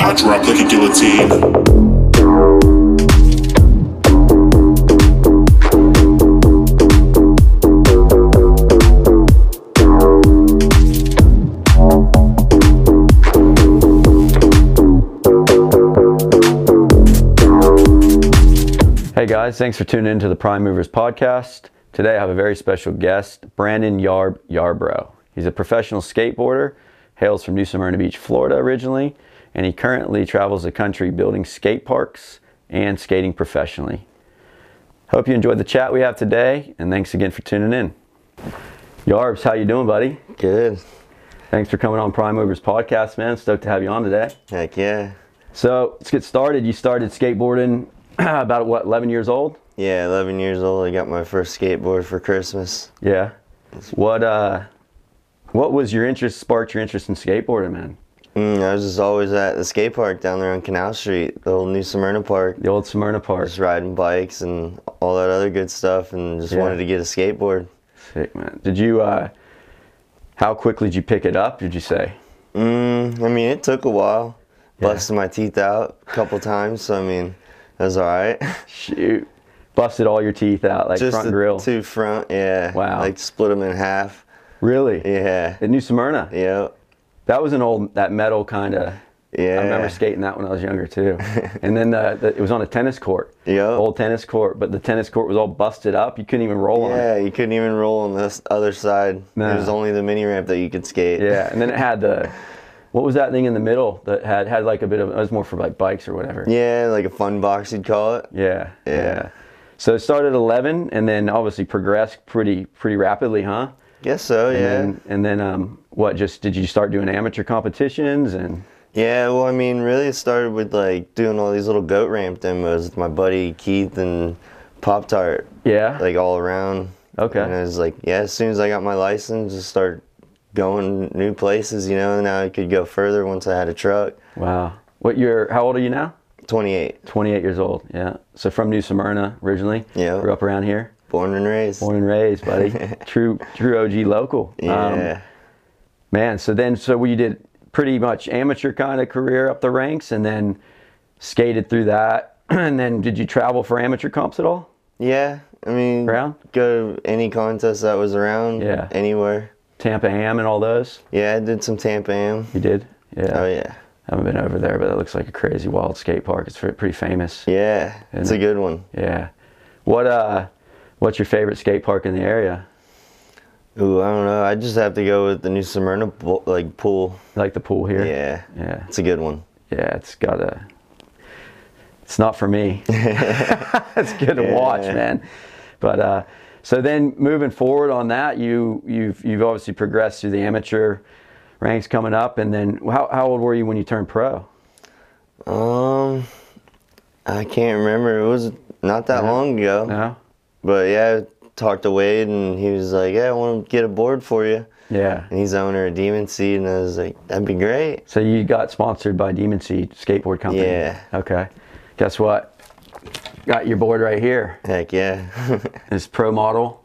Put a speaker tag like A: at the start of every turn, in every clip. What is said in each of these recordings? A: I drop like a guillotine.
B: Hey guys, thanks for tuning in to the Prime Movers podcast. Today I have a very special guest, Brandon Yarb Yarbrough. He's a professional skateboarder, hails from New Smyrna Beach, Florida originally, and he currently travels the country building skate parks and skating professionally. Hope you enjoyed the chat we have today, and thanks again for tuning in. Yarbs, how you doing, buddy?
C: Good.
B: Thanks for coming on Prime Movers podcast, man. Stoked to have you on today.
C: Heck yeah.
B: So let's get started. You started skateboarding about what, 11 years old?
C: Yeah, 11 years old. I got my first skateboard for Christmas.
B: Yeah. What uh what was your interest sparked your interest in skateboarding, man?
C: Mm, I was just always at the skate park down there on Canal Street, the old New Smyrna Park.
B: The old Smyrna Park.
C: Just riding bikes and all that other good stuff, and just
B: Yeah.
C: wanted to get a skateboard.
B: Sick, man. Did you uh how quickly did you pick it up, did you say?
C: Mm, I mean, it took a while.
B: Yeah.
C: Busted my teeth out a couple times, so I mean, that was all right.
B: Shoot. Busted all your teeth out, like
C: just
B: front
C: the
B: grill.
C: two front, yeah.
B: Wow.
C: Like split them in half.
B: Really?
C: Yeah.
B: At New Smyrna.
C: Yep.
B: That was an old that metal kind of
C: Yeah.
B: I remember skating that when I was younger too. and then the, the, it was on a tennis court.
C: Yep.
B: Old tennis court, but the tennis court was all busted up. You couldn't even roll on it.
C: Yeah, you couldn't even roll on this other side.
B: Nah.
C: There was only the mini ramp that you could skate.
B: Yeah, and then it had the what was that thing in the middle that had had like a bit of it was more for like bikes or whatever.
C: Yeah, like a fun box you'd call it.
B: Yeah. Yeah.
C: Yeah.
B: So it started at 11 and then obviously progressed pretty pretty rapidly, huh?
C: Guess so, yeah.
B: And then, and then um what just did you start doing amateur competitions and
C: yeah, well, I mean, really, it started with like doing all these little goat ramp demos with my buddy Keith and Pop Tart,
B: yeah.
C: like all around.
B: Okay.
C: And I was like, yeah, as soon as I got my license, just start going new places, you know, and now I could go further once I had a truck.
B: wow. What year how old are you now?
C: 28,
B: 28 years old. Yeah. So from New Smyrna originally.
C: Yeah.
B: Grew up around here.
C: born and raised.
B: Born and raised, buddy. true true OG local. Um,
C: yeah.
B: Man, so then so we did pretty much amateur kind of career up the ranks and then skated through that. and then did you travel for amateur comps at all?
C: yeah, I mean,
B: Around?
C: go to any contest that was around,
B: Yeah.
C: anywhere.
B: Tampa Am and all those?
C: Yeah, I did some Tampa Am.
B: You did? Yeah.
C: Oh yeah,
B: I haven't been over there, but it looks like a crazy wild skate park. It's pretty famous.
C: yeah, it's a good one.
B: Yeah. What uh what's your favorite skate park in the area?
C: Ooh, I don't know. I just have to go with the new Smyrna bo- like pool.
B: Like the pool here?
C: Yeah,
B: Yeah.
C: it's a good one.
B: Yeah, it's got a. It's not for me. it's good to watch,
C: Yeah.
B: man. But uh, so then moving forward on that, you you've you've obviously progressed through the amateur ranks coming up, and then how how old were you when you turned pro?
C: Um, I can't remember. It was not that long ago.
B: No.
C: But yeah, I talked to Wade and he was like, "Yeah, I want to get a board for you."
B: Yeah.
C: And he's the owner of Demon Seed, and I was like, "That'd be great."
B: So you got sponsored by Demon Seed Skateboard Company.
C: Yeah.
B: Okay. Guess what? Got your board right here.
C: Heck yeah.
B: This pro model,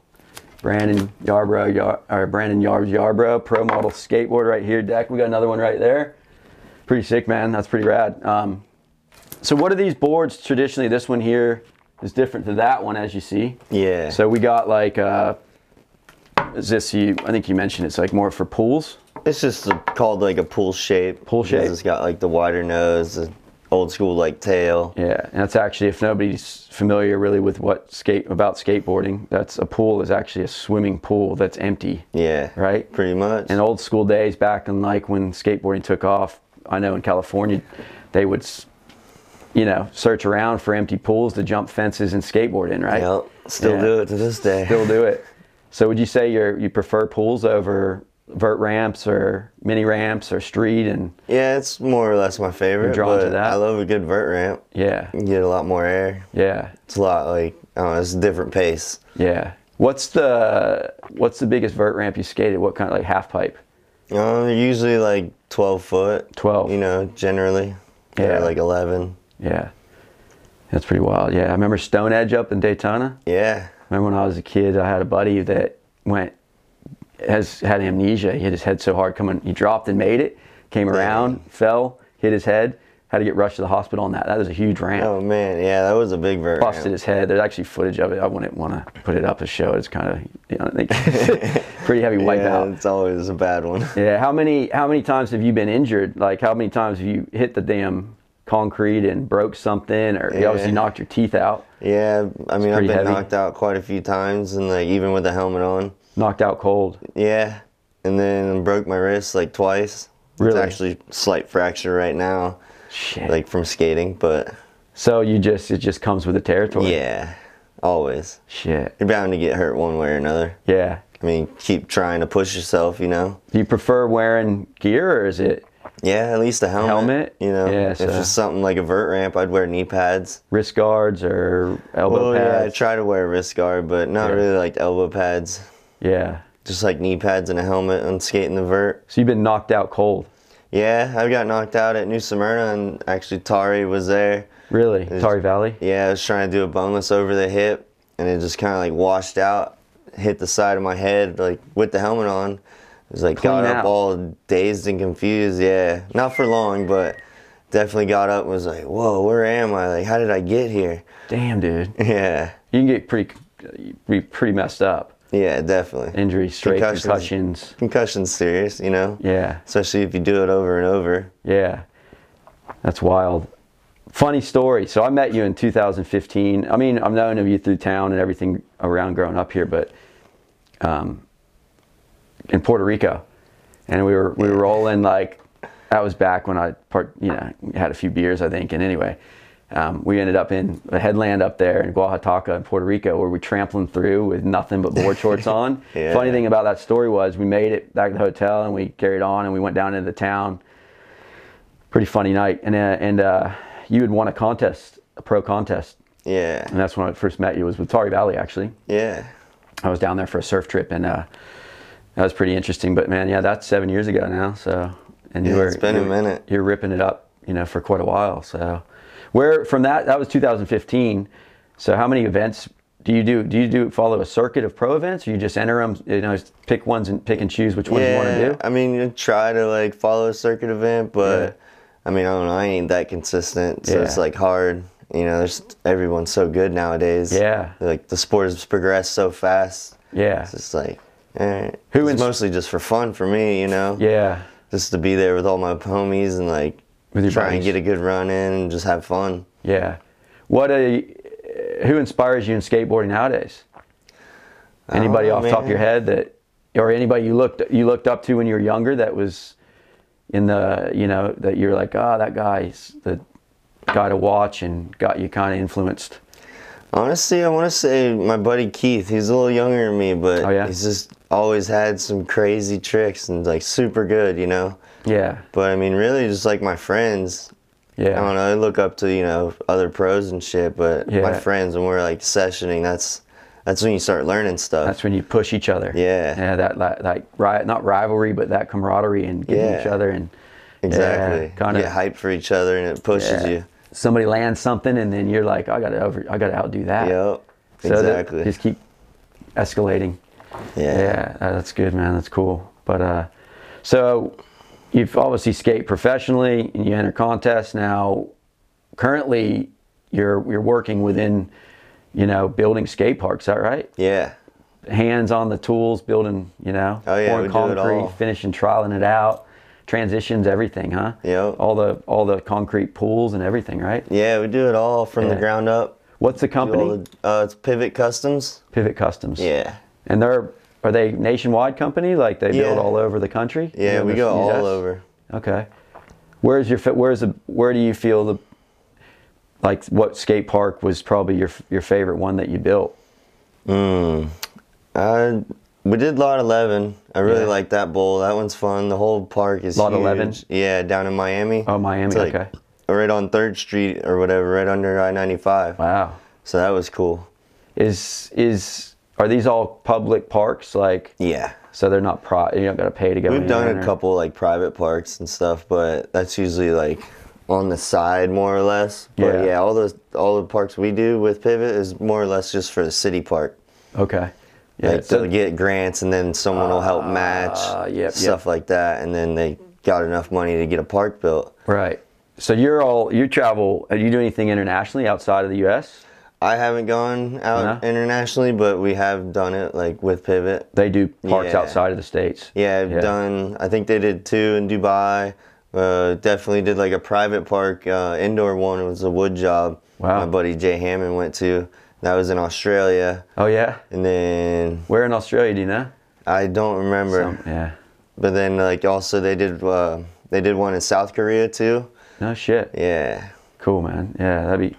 B: Brandon Yarbrough, Yar, or Brandon Yarbs Yarbrough, pro model skateboard right here, deck. We got another one right there. Pretty sick, man. That's pretty rad. Um, so, what are these boards traditionally? This one here is different to that one, as you see.
C: yeah.
B: So, we got like, uh, is this you? I think you mentioned it's like more for pools.
C: It's just a, called like a pool shape.
B: Pool
C: because
B: shape.
C: It's got like the wider nose, the old school like tail.
B: Yeah, and that's actually if nobody's familiar really with what skate about skateboarding, that's a pool is actually a swimming pool that's empty.
C: Yeah.
B: Right.
C: Pretty much.
B: in old school days back in like when skateboarding took off i know in california they would s- you know search around for empty pools to jump fences and skateboard in right
C: Yep. Still
B: Yeah.
C: do it to this day.
B: still do it so would you say you're you prefer pools over vert ramps or mini ramps or street and
C: Yeah, it's more or less my favorite.
B: drawn to
C: but
B: that?
C: I love a good vert ramp.
B: yeah
C: You get a lot more air.
B: yeah
C: It's a lot like I don't know, it's a different pace.
B: yeah what's the what's the biggest vert ramp you skated what kind of like half pipe
C: Um, usually like twelve foot.
B: 12.
C: You know, generally.
B: Yeah.
C: Or like eleven.
B: yeah that's pretty wild yeah i remember stone edge up in daytona
C: Yeah.
B: remember when I was a kid, I had a buddy that went has had amnesia. He hit his head so hard coming, he dropped and made it. Came around, fell, hit his head, Had to get rushed to the hospital on that. That was a huge ramp.
C: Oh man, yeah, that was a big vert.
B: Busted
C: ramp.
B: his head. There's actually footage of it. I wouldn't want to put it up as show. It's kind of you know, I think pretty heavy
C: Yeah,
B: wipeout.
C: it's always a bad one.
B: Yeah. How many how many times have you been injured? Like how many times have you hit the damn concrete and broke something, or you obviously
C: Yeah.
B: knocked your teeth out,
C: Yeah, I mean, I've
B: pretty
C: been
B: heavy.
C: knocked out quite a few times, and like even with the helmet on.
B: knocked out cold?
C: Yeah, and then broke my wrist like twice.
B: Really?
C: It's actually slight fracture right now,
B: Shit.
C: like from skating, but
B: so you just it just comes with the territory.
C: yeah, always.
B: Shit.
C: You're bound to get hurt one way or another.
B: Yeah.
C: I mean, keep trying to push yourself, you know?
B: Do you prefer wearing gear or is it
C: Yeah, at least a helmet.
B: Helmet?
C: You know,
B: Yeah,
C: if
B: so-
C: it's something like a vert ramp, I'd wear knee pads.
B: wrist guards or elbow
C: Well, yeah, I
B: pads?
C: try to wear a wrist guard, but not
B: Yeah.
C: really like elbow pads.
B: yeah.
C: Just like knee pads and a helmet on skating the vert.
B: So you've been knocked out cold.
C: Yeah, I got knocked out at New Smyrna, and actually Tari was there.
B: Really? Tari Valley?
C: Yeah, I was trying to do a boneless over the hip, and it just kind of like washed out, hit the side of my head, like with the helmet on. It was like got
B: Clean
C: up
B: out.
C: all dazed and confused. Yeah, not for long, but definitely got up and was like, whoa, where am I? Like, how did I get here?
B: Damn, dude. You
C: Yeah,
B: can get pretty you be pretty messed up.
C: yeah, definitely.
B: Injuries, straight
C: Concussions.
B: concussions.
C: Concussion's serious, you know?
B: Yeah.
C: Especially if you do it over and over.
B: Yeah. That's wild. Funny story. So I met you in 2015. I mean, I've known of you through town and everything around growing up here, but um, in Puerto Rico, and we were we were rolling like that was back when I part you know had a few beers I think, and anyway, um, we ended up in a headland up there in Oaxaca in Puerto Rico where we trampling through with nothing but board shorts on.
C: Yeah.
B: Funny thing about that story was we made it back to the hotel and we carried on and we went down into the town pretty funny night. And uh, and uh, you had won a contest, a pro contest, and
C: Yeah,
B: that's when I first met you. It was with Tari Valley actually.
C: yeah.
B: I was down there for a surf trip, and uh, that was pretty interesting. But man, yeah, that's seven years ago now. So and you
C: Yeah,
B: were
C: it's been a
B: you were-
C: minute.
B: You're ripping it up, you know, for quite a while. So where from that that was 2015. So how many events? Do you do? Do you do follow a circuit of pro events, or you just enter them? You know, pick ones and pick and choose which ones you want to do.
C: I mean, you try to like follow a circuit event, but I mean, I don't know. I ain't that consistent, so it's
B: Yeah.
C: like hard. You know, there's everyone's so good nowadays.
B: Yeah.
C: like the sport has progressed so fast.
B: Yeah.
C: it's just like, all right.
B: Who
C: it's
B: ins-
C: mostly just for fun for me, you know.
B: Yeah,
C: just to be there with all my homies and like
B: With your
C: try
B: buddies.
C: and get a good run in and just have fun.
B: yeah. What a who inspires you in skateboarding nowadays? Anybody
C: Oh,
B: off the top of
C: man.
B: your head that, or anybody you looked you looked up to when you were younger that was in the you know that you're like ah that guy's the guy to watch and got you kind of influenced.
C: Honestly, I want to say my buddy Keith. He's a little younger than me, but
B: Oh, yeah?
C: he's just always had some crazy tricks and like super good, you know.
B: Yeah,
C: But I mean, really, just like my friends. I
B: yeah,
C: don't know. I look up to you know other pros and shit, but
B: Yeah.
C: my friends when we're like sessioning, that's that's when you start learning stuff.
B: That's when you push each other.
C: Yeah.
B: yeah. That like, like ri not rivalry, but that camaraderie and getting
C: Yeah.
B: each other and
C: exactly.
B: kind
C: you
B: of
C: get hyped for each other and it pushes you.
B: Somebody lands something and then you're like I gotta over I gotta outdo that.
C: Yep.
B: So that-
C: exactly.
B: Just keep escalating.
C: yeah.
B: Yeah, uh, that's good, man. That's cool. But uh, so you've obviously skate professionally, and you enter contests now. Currently, you're you're working within, you know, building skate parks. Is that right?
C: Yeah.
B: Hands on the tools, building. You know,
C: Oh, yeah,
B: pouring
C: we do it
B: concrete,
C: all.
B: finishing, trialing it out, transitions, everything, huh?
C: Yep.
B: All the all the concrete pools and everything, right?
C: Yeah, We do it all from the
B: Yeah.
C: ground up.
B: What's the
C: Do all
B: company?
C: the- uh, it's Pivot Customs.
B: Pivot Customs.
C: Yeah.
B: And they're are they nationwide company? Like they build
C: Yeah.
B: all over the country?
C: Yeah,
B: You
C: we
B: ever
C: go
B: use us?
C: all over.
B: Okay. Where's your fa- where's the where do you feel the like what skate park was probably your your favorite one that you built?
C: Uh, we did Lot 11. I really
B: Yeah.
C: like that bowl. That one's fun. The whole park is
B: Lot
C: huge.
B: 11?
C: Yeah, down in Miami.
B: Oh, Miami,
C: It's like
B: okay.
C: Right on Third Street or whatever, right under I-95.
B: Wow.
C: So that was cool.
B: Is is are these all public parks like
C: Yeah,
B: so they're not pri you don't got to pay to go
C: we've
B: in
C: done
B: or-
C: a couple like private parks and stuff, but that's usually like on the side more or less. But
B: Yeah.
C: yeah, all those all the parks we do with Pivot is more or less just for the city park.
B: Okay. Yeah.
C: Like
B: so-
C: they'll get grants and then someone will help match
B: Ah, yep, yep.
C: stuff like that, and then they got enough money to get a park built.
B: right. So you're all you travel. Do you do anything internationally outside of the U.S.?
C: I haven't gone out
B: No?
C: internationally, but we have done it like with Pivot.
B: They do parks
C: Yeah.
B: outside of the states.
C: Yeah, I've
B: Yeah.
C: done. I think they did two in Dubai. Uh, definitely did like a private park uh, indoor one. It was a wood job.
B: Wow.
C: My buddy Jay Hammond went to. That was in Australia,
B: Oh yeah.
C: and then
B: Where in Australia do you know?
C: I don't remember.
B: Some- yeah.
C: But then like also they did uh, they did one in South Korea too.
B: No shit.
C: Yeah.
B: Cool, man. Yeah, that'd be.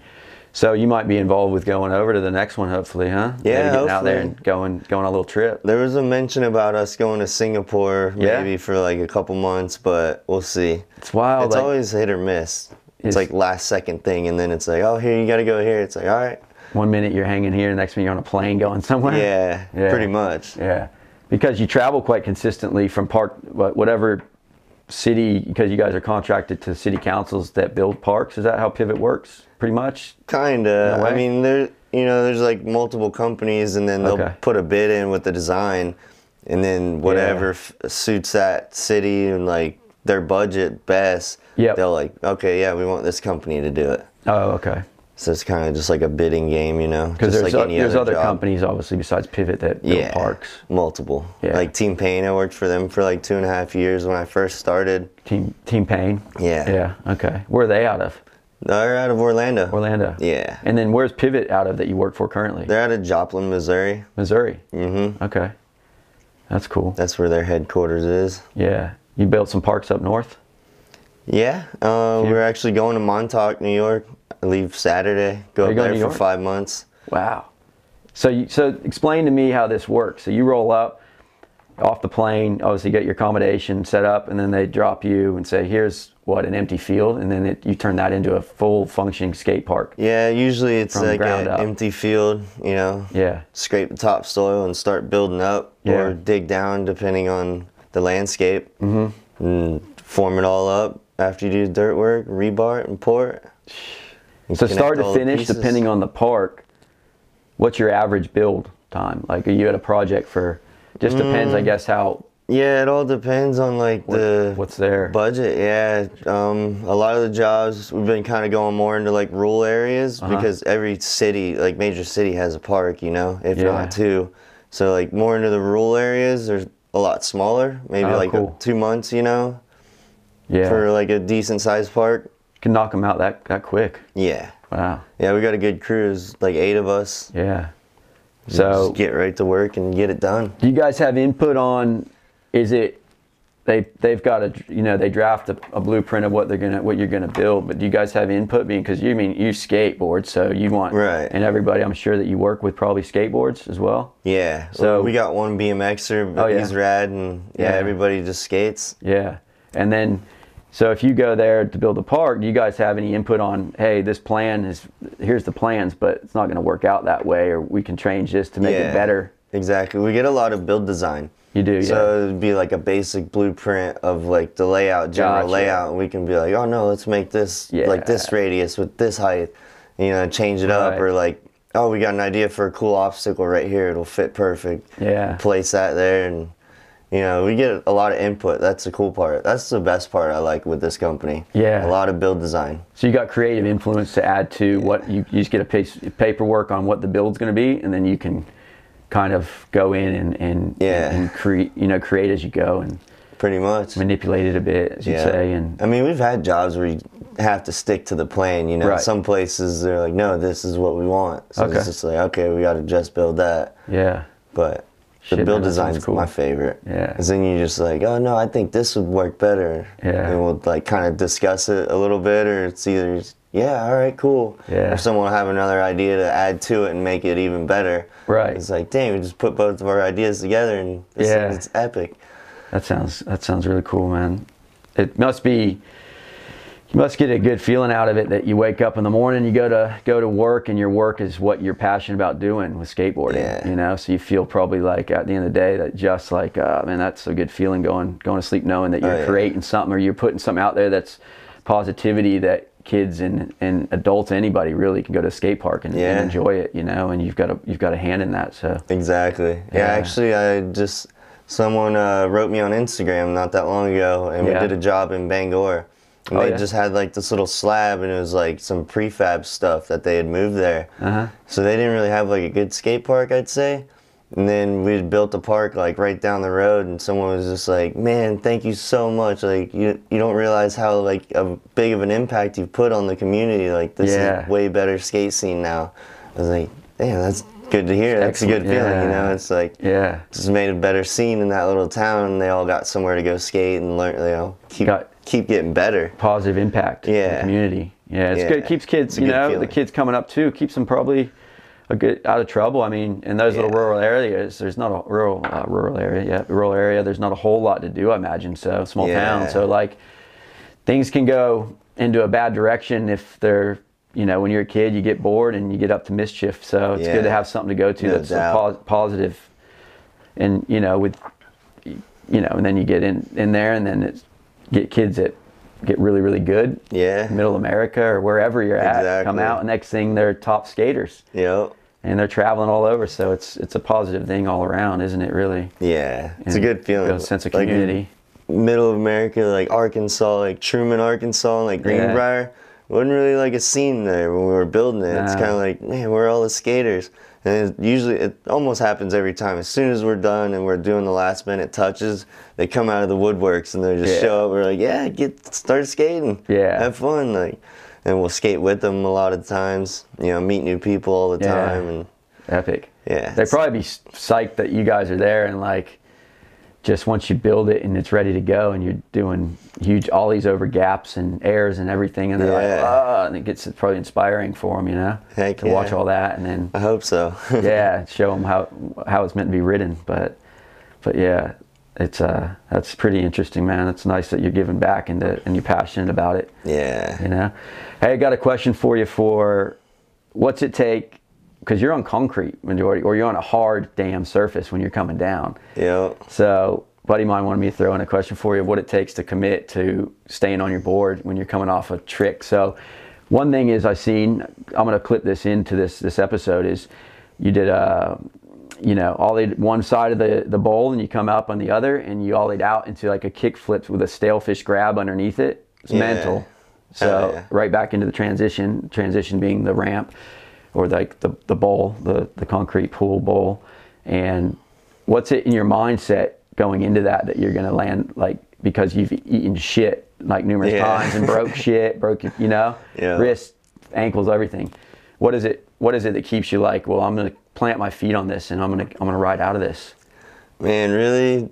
B: So you might be involved with going over to the next one, hopefully, huh? Maybe
C: Yeah,
B: getting out there
C: hopefully.
B: and going going on a little trip.
C: There was a mention about us going to Singapore
B: Yeah.
C: maybe for like a couple months, but we'll see.
B: It's wild.
C: it's
B: Oh, like-
C: always hit or miss.
B: It's-
C: It's like last second thing, and then it's like, oh, here you gotta go here. It's like, all right,
B: one minute you're hanging here, the next minute you're on a plane going somewhere.
C: yeah,
B: Yeah.
C: pretty much.
B: Yeah, because you travel quite consistently from park, wha- whatever city, because you guys are contracted to city councils that build parks. Is that how Pivot works, pretty much?
C: Kinda.
B: No way.
C: I mean, there, you know, there's like multiple companies, and then they'll
B: Okay.
C: put a bid in with the design, and then whatever f- suits that city and like their budget best,
B: Yep.
C: they'll like, okay, yeah, we want this company to do it.
B: Oh, okay.
C: So it's kind of just like a bidding game, you know,
B: Because
C: just
B: there's,
C: like
B: o-
C: any
B: there's
C: other,
B: other
C: job.
B: companies, obviously, besides Pivot that build
C: Yeah,
B: parks.
C: multiple.
B: Yeah.
C: Like Team Payne, I worked for them for like two and a half years when I first started.
B: Team Team Payne.
C: Yeah.
B: Yeah. Okay. Where are they out of?
C: They're out of Orlando.
B: Orlando.
C: Yeah.
B: And then where's Pivot out of that you work for currently?
C: They're out of Joplin, Missouri.
B: Missouri. Mm-hmm. Okay. That's cool.
C: That's where their headquarters is.
B: Yeah. You built some parks up north.
C: Yeah, uh, we're actually going to Montauk, New York. I leave Saturday. Go
B: you going
C: up there
B: to
C: for
B: New York?
C: five months.
B: Wow. So you, so explain to me how this works. So you roll up off the plane, obviously get your accommodation set up, and then they drop you and say, "Here's what an empty field," and then it, you turn that into a full functioning skate park.
C: Yeah, usually it's
B: From the
C: like
B: ground
C: an
B: up.
C: empty field. You know,
B: Yeah.
C: scrape the topsoil and start building up,
B: Yeah.
C: or dig down depending on the landscape, mm-hmm. and form it all up. After you do dirt work, rebar it and pour it. And
B: So
C: connect
B: start to
C: all the
B: finish,
C: pieces.
B: depending on the park, what's your average build time? Like, are you at a project for? Just depends, I guess, how
C: Yeah, it all depends on like Mm. the
B: what's there.
C: budget. Yeah, um, a lot of the jobs we've been kind of going more into like rural areas
B: Uh-huh.
C: because every city, like major city, has a park. You know, if
B: Yeah.
C: not two. So like more into the rural areas, they're a lot smaller. Maybe
B: Oh,
C: like
B: cool.
C: two months. You know,
B: yeah,
C: for like a decent sized park.
B: can knock them out that that quick.
C: Yeah,
B: Wow.
C: yeah, we got a good crew. There's like eight of us.
B: Yeah. So
C: Just get right to work and get it done.
B: do you guys have input on is it they they've got a you know they draft a, a blueprint of what they're gonna what you're gonna build but do you guys have input being because you mean you skateboard so you want
C: Right.
B: and everybody i'm sure that you work with probably skateboards as well
C: Yeah.
B: So-
C: So we got one BMXer, but
B: Oh, yeah.
C: he's rad, and yeah,
B: Yeah.
C: everybody just skates.
B: yeah and then so if you go there to build a park do you guys have any input on hey this plan is here's the plans but it's not gonna work out that way or we can change this to make it
C: Yeah,
B: better
C: Exactly. We get a lot of build design.
B: you do yeah
C: So it'd be like a basic blueprint of like the layout, general
B: Gotcha.
C: layout, and we can be like, oh no, let's make this like this
B: Yeah.
C: radius with this height, you know, change it up,
B: Right.
C: or like, oh, we got an idea for a cool obstacle right here, it'll fit perfect.
B: yeah
C: Place that there, and you know, we get a lot of input. That's the cool part. That's the best part I like with this company.
B: Yeah.
C: a lot of build design.
B: So you got creative influence to add to what you, you just get a piece paperwork on what the build's going to be, and then you can kind of go in and and
C: Yeah.
B: and create you know create as you go and
C: Pretty much.
B: manipulate it a bit as you
C: Yeah.
B: say and
C: I mean, we've had jobs where you have to stick to the plan. You know,
B: Right.
C: some places they're like, no, this is what we want. So
B: Okay.
C: it's just like, okay, we got to just build that.
B: yeah
C: But the
B: Shit, man,
C: build
B: that sounds
C: design's
B: cool.
C: my favorite.
B: Yeah.
C: 'Cause then you're just like, oh no, I think this would work better.
B: Yeah.
C: And we'll like kind of discuss it a little bit, or it's either just, yeah, all right, cool.
B: Yeah.
C: Or someone will have another idea to add to it and make it even better.
B: Right.
C: It's like, dang, we just put both of our ideas together, and it's,
B: Yeah.
C: it's epic.
B: that sounds that sounds really cool man it must be you must get a good feeling out of it that you wake up in the morning you go to go to work and your work is what you're passionate about doing with skateboarding
C: Yeah.
B: you know so you feel probably like at the end of the day that just like uh, man that's a good feeling going going to sleep knowing that you're
C: Oh, yeah.
B: creating something or you're putting something out there that's positivity that kids and, and adults anybody really can go to a skate park and, and
C: Yeah.
B: enjoy it you know and you've got a you've got a hand in that so
C: Exactly. Yeah,
B: Yeah.
C: actually, I just someone uh, wrote me on Instagram not that long ago, and
B: Yeah.
C: we did a job in Bangor, And
B: Oh,
C: they
B: yeah.
C: just had like this little slab, and it was like some prefab stuff that they had moved there.
B: Uh-huh.
C: So they didn't really have like a good skate park, I'd say. And then we had built a park like right down the road, and someone was just like, "Man, thank you so much! Like you, you don't realize how like a big of an impact you've put on the community. Like this
B: Yeah.
C: is way better skate scene now." I was like, "Damn, that's good to hear. That's a good
B: Excellent,
C: feeling, you
B: yeah.
C: know? It's like
B: Yeah.
C: just made a better scene in that little town. and They all got somewhere to go skate and learn. You know, keep
B: Got-
C: keep getting better.
B: Positive impact in the
C: Yeah.
B: community. Yeah, it's
C: Yeah.
B: good. It keeps kids,
C: It's a
B: you
C: good
B: know, the
C: feeling.
B: kids coming up too, keeps them probably a good out of trouble. I mean, in those little
C: Yeah.
B: rural areas, there's not a rural uh, rural area. Yeah, rural area. There's not a whole lot to do. I imagine so. Small
C: Yeah.
B: town. So like, things can go into a bad direction if they're you know when you're a kid you get bored and you get up to mischief so it's good to
C: Yeah.
B: have something to go to
C: No
B: that's a
C: doubt.
B: pos- positive and you know with you know and then you get in in there and then it's get kids that get really really good
C: Yeah.
B: middle america or wherever you're at come
C: Exactly.
B: out and next thing they're top skaters
C: You know,
B: and they're traveling all over so it's it's a positive thing all around isn't it really
C: yeah, it's
B: And
C: a good feeling.
B: builds sense of
C: Like,
B: community
C: middle of America, like Arkansas, like Truman, Arkansas, and like
B: Yeah.
C: Greenbrier. Wasn't really like a scene there when we were building it. It's
B: No.
C: kind of like, man, we're all the skaters. And it usually, it almost happens every time. As soon as we're done and we're doing the last minute touches, they come out of the woodworks and they just
B: Yeah.
C: show up. We're like, yeah, get start skating.
B: Yeah.
C: have fun. Like, and we'll skate with them a lot of times. You know, meet new people all the
B: Yeah.
C: time. And
B: epic.
C: Yeah,
B: They'd
C: it's-
B: probably be s- psyched that you guys are there and like just once you build it and it's ready to go and you're doing huge ollies over gaps and airs and everything and they're like,
C: Yeah.
B: oh, and it gets probably inspiring for them, you know,
C: Heck
B: to watch
C: yeah.
B: all that and then
C: I hope so.
B: yeah, show them how how it's meant to be ridden. But but yeah, it's uh that's pretty interesting, man. It's nice that you're giving back and that and you're passionate about it
C: yeah.
B: you know hey i got a question for you for what's it take because you're on concrete majority or you're on a hard damn surface when you're coming down
C: Yep.
B: so a buddy of mine wanted me to throw in a question for you of what it takes to commit to staying on your board when you're coming off a trick so one thing is i seen i'm going to clip this into this this episode is you did a you know ollied one side of the the bowl and you come up on the other and you ollied out into like a kick flip with a stalefish grab underneath it it's
C: Yeah.
B: mental so
C: Hell yeah.
B: right back into the transition. Transition being the ramp, or like the the bowl, the the concrete pool bowl. And what's it in your mindset going into that that you're gonna land like because you've eaten shit like numerous
C: Yeah.
B: times and broke shit, broke your- you know
C: Yeah.
B: wrists, ankles, everything. What is it? What is it that keeps you like? Well, I'm gonna plant my feet on this and I'm gonna I'm gonna ride out of this.
C: Man, really,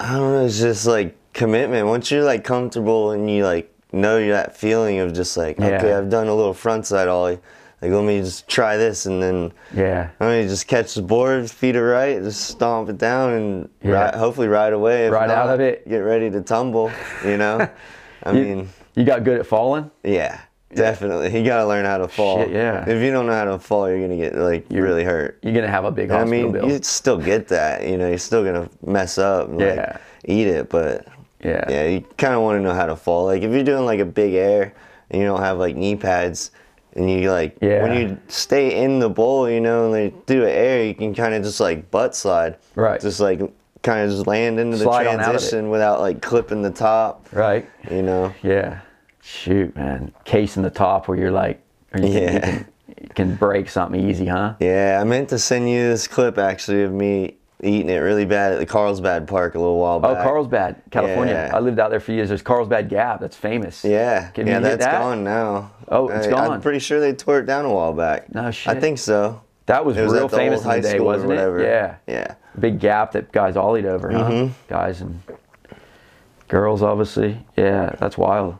C: I don't know. It's just like commitment. Once you're like comfortable and you like know that feeling of just like,
B: Yeah.
C: okay, I've done a little frontside ollie. Like, let me just try this, and then
B: Yeah.
C: let me just catch the board, feet are right, just stomp it down, and
B: Yeah.
C: ride, hopefully ride away. If
B: Ride out
C: not,
B: of it.
C: Get ready to tumble. You know, I mean,
B: You got good at falling.
C: yeah. Definitely, you gotta learn how to fall.
B: Shit, yeah.
C: If you don't know how to fall, you're gonna get like really hurt.
B: You're gonna have a big
C: I
B: hospital
C: mean,
B: bill.
C: you still get that. You know, you're still gonna mess up. And,
B: Yeah.
C: Like, eat it, but
B: Yeah.
C: yeah, you kind of want to know how to fall. Like if you're doing like a big air and you don't have like knee pads, and you like
B: Yeah.
C: when you stay in the bowl, you know, and they do an air, you can kind of just like butt slide.
B: Right.
C: Just like kind of just land into the
B: Slide on out of it.
C: transition without like clipping the top.
B: Right.
C: You know.
B: Yeah. Shoot, man. Case in the top where you're like, or you, can, you
C: Yeah.
B: can, you can break something easy, huh?
C: Yeah, I meant to send you this clip actually of me eating it really bad at the Carlsbad Park a little while
B: Oh,
C: back.
B: Carlsbad, California.
C: Yeah.
B: I lived out there for years. There's Carlsbad Gap. That's famous.
C: Yeah,
B: Can you
C: yeah,
B: hit
C: that's
B: that?
C: gone now.
B: Oh, it's
C: I,
B: gone.
C: I'm pretty sure they tore it down a while back.
B: No
C: I
B: shit.
C: think so.
B: That was,
C: It was
B: real
C: at the
B: famous
C: old
B: in
C: high
B: the day,
C: school or
B: wasn't
C: whatever.
B: it? Yeah.
C: Yeah. Mm-hmm.
B: Big gap that guys ollied over, huh? Guys and girls, obviously. Yeah, that's wild.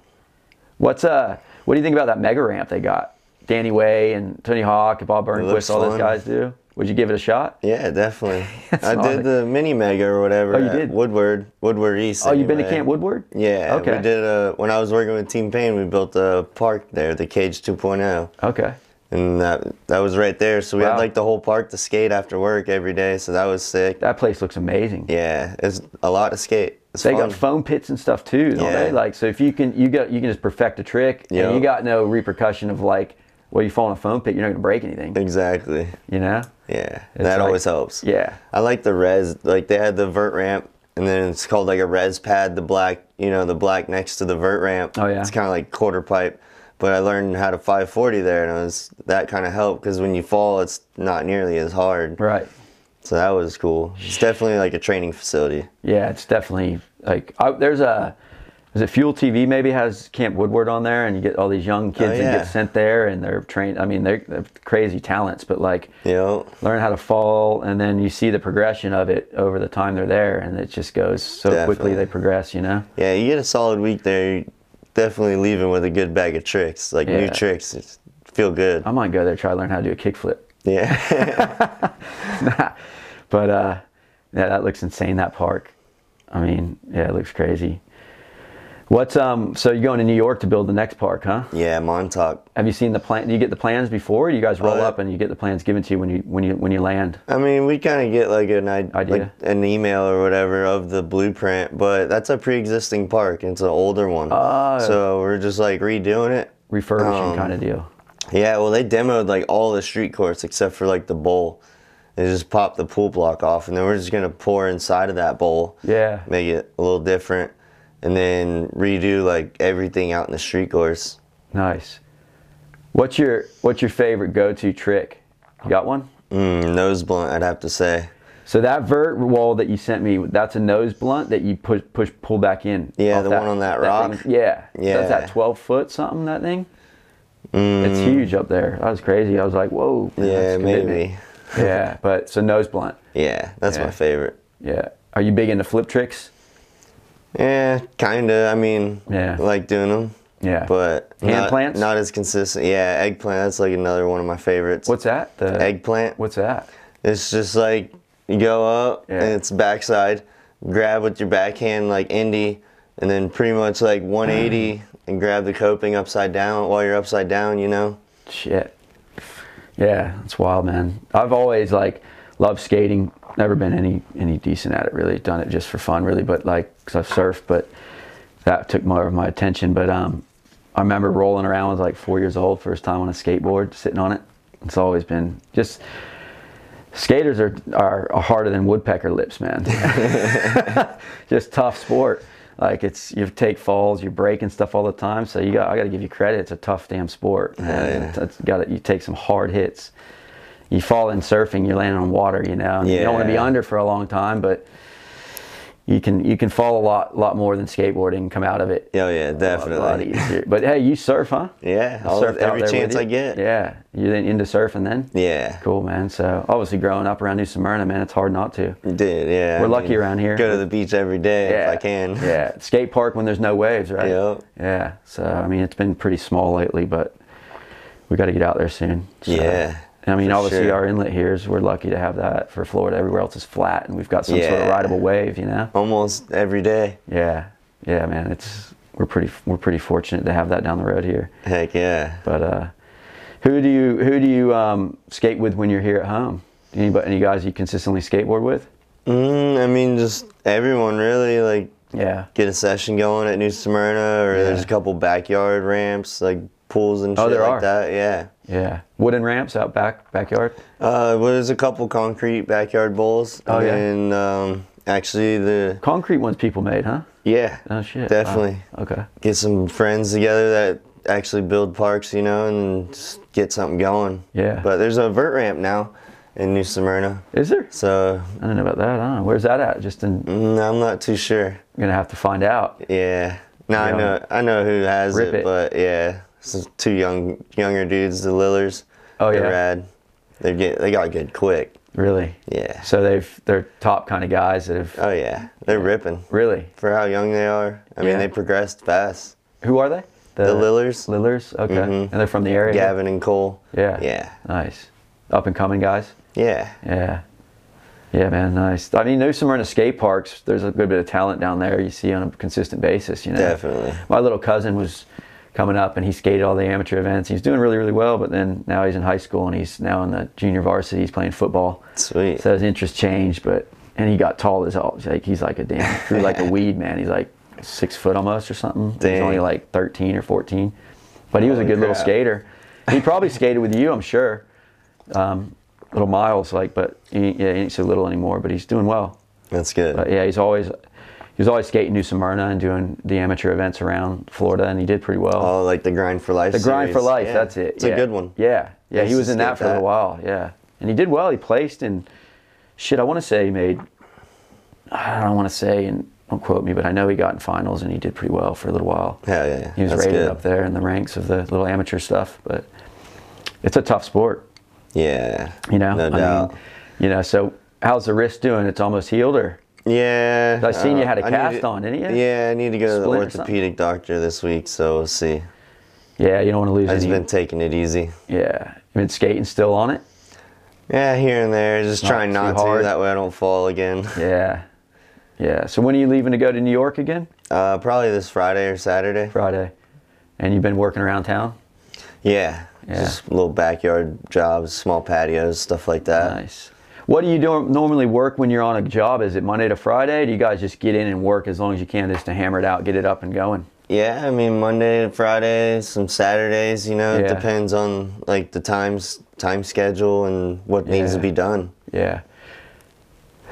B: What's uh? What do you think about that mega ramp they got? Danny Way and Tony Hawk and Bob
C: looks
B: Burnquist, all those
C: fun.
B: guys do. Would you give it a shot?
C: Yeah, definitely. I
B: awesome.
C: did the mini mega or whatever.
B: Oh, you
C: at
B: did?
C: Woodward, Woodward East.
B: Oh, you've been to
C: anyway.
B: Camp Woodward?
C: Yeah.
B: Okay.
C: We did a, when I was working with Team Payne, we built a park there, the Cage 2.0,
B: Okay.
C: and that that was right there. So we
B: Wow.
C: had like the whole park to skate after work every day. So that was sick.
B: That place looks amazing.
C: Yeah, it's a lot to skate. It's
B: They
C: fun.
B: got foam pits and stuff too, don't
C: Yeah.
B: they? Like, so if you can, you got, you can just perfect a trick, and
C: Yep.
B: you got no repercussion of like, well, you fall in a foam pit, you're not gonna break anything,
C: exactly.
B: you know?
C: Yeah,
B: It's
C: that
B: like-
C: always helps.
B: Yeah.
C: I like the res. Like they had the vert ramp, and then it's called like a res pad, the black, you know, the black next to the vert ramp.
B: Oh, yeah.
C: It's kind of like quarter pipe. But I learned how to 540 there, and it was that kind of helped because when you fall, it's not nearly as hard.
B: Right.
C: So that was cool. It's definitely like a training facility.
B: Yeah, it's definitely like I, there's a is it Fuel TV maybe has Camp Woodward on there, and you get all these young kids that
C: Oh, yeah.
B: get sent there, and they're trained. I mean, they're, they're crazy talents, but like
C: You know,
B: learn how to fall, and then you see the progression of it over the time they're there, and it just goes so quickly
C: Definitely.
B: they progress. You know,
C: yeah, you get a solid week there. You're definitely leaving with a good bag of tricks, like
B: Yeah.
C: new tricks. It's, feel good.
B: I might go there try to learn how to do a kickflip,
C: Yeah.
B: but uh, yeah, that looks insane. That park, I mean, yeah, it looks crazy. What's um? So you're going to New York to build the next park, huh?
C: yeah, Montauk.
B: Have you seen the plan? Do you get the plans before? Or do you guys roll
C: yeah.
B: up and you get the plans given to you when you when you when you land?
C: I mean, we kind of get like an idea,
B: Idea.
C: like an email or whatever of the blueprint, but that's a pre-existing park. It's an older one,
B: Oh.
C: so we're just like redoing it.
B: Refurbishing
C: Um,
B: kind of deal.
C: Yeah, well, they demoed like all the street courts except for like the bowl. They just popped the pool block off, and then we're just gonna pour inside of that bowl,
B: Yeah.
C: make it a little different, and then redo like everything out in the street course.
B: Nice. What's your what's your favorite go-to trick? You got one?
C: Mm, nose blunt, I'd have to say.
B: So that vert wall that you sent me, that's a nose blunt that you push push pull back in.
C: Yeah,
B: off
C: the one on that rock.
B: thing. yeah.
C: Yeah.
B: That's
C: Mm.
B: that 12 foot something that thing. It's huge up there. That was crazy. I was like, whoa. man,
C: Yeah,
B: that's commitment.
C: maybe.
B: yeah, but so nose blunt.
C: Yeah, that's
B: Yeah.
C: my favorite.
B: Yeah. Are you big into flip tricks?
C: Yeah, Eh, kinda. I mean,
B: Yeah.
C: I like doing them.
B: Yeah.
C: But
B: Hand
C: not,
B: plants?
C: not as consistent. Yeah, eggplant. That's like another one of my favorites.
B: What's that? The
C: eggplant?
B: What's that?
C: It's just like you go up
B: Yeah.
C: and it's backside, grab with your backhand like indie, and then pretty much like
B: Mm.
C: 180 and grab the coping upside down while you're upside down. You know.
B: Shit. Yeah, it's wild, man. I've always like loved skating. Never been any any decent at it really. Done it just for fun really, but like because I've surfed, but that took more of my attention. But um, I remember rolling around. I was like four years old, first time on a skateboard, sitting on it. It's always been just skaters are are, are harder than woodpecker lips, man. just tough sport. Like it's you take falls, you're breaking stuff all the time. So you got I got to give you credit. It's a tough damn sport. Man. Got to you take some hard hits. You fall in surfing, you're landing on water. You know, and you don't want to be
C: Yeah.
B: under for a long time, but you can you can fall a lot lot more than skateboarding. and Come out of it
C: Oh, Yeah, yeah,
B: a lot
C: definitely.
B: easier. But hey, you surf, huh?
C: Yeah,
B: You
C: I'll-
B: surfed out there
C: every
B: with
C: chance
B: you?
C: I get.
B: Yeah, you're then into surfing then.
C: Yeah.
B: Cool, man. So obviously, growing up around New Smyrna, man, it's hard not to.
C: Dude, yeah.
B: We're lucky around here.
C: Go to the beach every day if I can.
B: Yeah, skate park when there's no waves, right?
C: Yep.
B: Yeah. So I mean, it's been pretty small lately, but we got to get out there soon. So,
C: Yeah,
B: I mean,
C: for
B: obviously
C: sure.
B: our inlet here is we're lucky to have that for Florida. Everywhere else is flat, and we've got some sort of
C: Yeah.
B: rideable wave, you know.
C: Almost every day.
B: Yeah. Yeah, man. It's we're pretty we're pretty fortunate to have that down the road here.
C: Heck yeah.
B: But uh, who do you who do you um, skate with when you're here at home? Anybody, any guys you consistently skateboard with?
C: Mm, I mean, just everyone really like
B: Yeah.
C: get a session going at New Smyrna, or there's a couple backyard ramps, like pools and shit
B: Oh, there
C: like
B: are.
C: that. Yeah.
B: Yeah. Wooden ramps out back backyard.
C: Uh, well, there's a couple concrete backyard bowls.
B: Oh,
C: and
B: yeah.
C: then, um, actually the
B: Concrete ones people made, huh?
C: yeah.
B: Oh shit. Wow.
C: Definitely
B: Okay.
C: get some friends together that actually build parks, you know, and just get something going.
B: Yeah.
C: But there's a vert ramp now in New Smyrna,
B: Is there?
C: so
B: I don't know about that. Huh? Where's that at? Just in,
C: mm, I'm not too sure.
B: gonna have to find out.
C: Yeah. No,
B: Yeah.
C: I know I know who has
B: Rip
C: it,
B: it.
C: but yeah. This is two young younger dudes, the Lillers.
B: Oh,
C: They're
B: yeah.
C: rad. They get they got good quick.
B: Really.
C: Yeah.
B: So they've they're top kind of guys that have
C: Oh yeah. They're ripping.
B: really.
C: For how young they are. I
B: Yeah.
C: mean they progressed fast.
B: Who are they?
C: The Lillers, Mm-hmm.
B: Lillers. Okay. And they're from the area.
C: Gavin and Cole.
B: Yeah.
C: Yeah.
B: Nice. Up and coming guys.
C: Yeah.
B: Yeah. Yeah, man, nice. I mean, New Smyrna skate parks, there's a good bit of talent down there you see on a consistent basis, you know.
C: Definitely.
B: My little cousin was coming up and he skated all the amateur events. He was doing really, really well, but then now he's in high school and he's now in the junior varsity. He's playing football.
C: Sweet.
B: So his interest changed, but, and he got tall as all. He's like, he's like a damn, grew like a weed, man. He's like six foot almost or something. He's
C: Dang.
B: only like 13 or 14, but he was a
C: Holy
B: good little
C: crap.
B: skater. He probably skated with you, I'm Um, sure little miles like but he, yeah, he ain't so little anymore but he's doing well
C: That's good.
B: But yeah, he's always he was always skating New Smyrna and doing the amateur events around Florida, and he did pretty well.
C: oh, like the grind for life.
B: the grind for
C: series.
B: life,
C: Yeah.
B: that's it.
C: It's
B: yeah.
C: a good one.
B: Yeah, yeah,
C: Nice
B: he
C: to
B: was in that
C: skate
B: for a
C: that.
B: while. Yeah, and he did well. He placed and shit. I want to say he made. I don't want to say and don't quote me, but I know he got in finals and he did pretty well for a little while.
C: Yeah, yeah, yeah.
B: He was
C: That's
B: rated
C: good.
B: up there in the ranks of the little amateur stuff, but it's a tough sport.
C: Yeah.
B: You know,
C: No
B: I
C: doubt.
B: mean, you know, so how's the wrist doing? It's almost healed, or
C: yeah. uh,
B: I seen you had a
C: I need
B: cast
C: to-
B: on, didn't you?
C: Yeah, I need to go to the
B: Splint or something?
C: orthopedic doctor this week, so we'll see.
B: yeah, you don't want to lose
C: I've just
B: any.
C: been taking it easy.
B: yeah, you've been skating still on it.
C: Yeah, here and there. Just trying
B: too
C: not
B: hard.
C: to. That way I don't fall again.
B: Yeah, yeah. So when are you leaving to go to New York again?
C: Uh, probably this Friday or Saturday.
B: Friday, and you've been working around town.
C: Yeah.
B: Yeah.
C: Just little backyard jobs, small patios, stuff like that.
B: Nice. What do you do, normally work when you're on a job? Is it Monday to Friday? Do you guys just get in and work as long as you can just to hammer it out, get it up and going?
C: Yeah, I mean Monday to Friday, some Saturdays, you know, it
B: Yeah.
C: depends on like the times time schedule and what needs to
B: Yeah.
C: be done.
B: Yeah.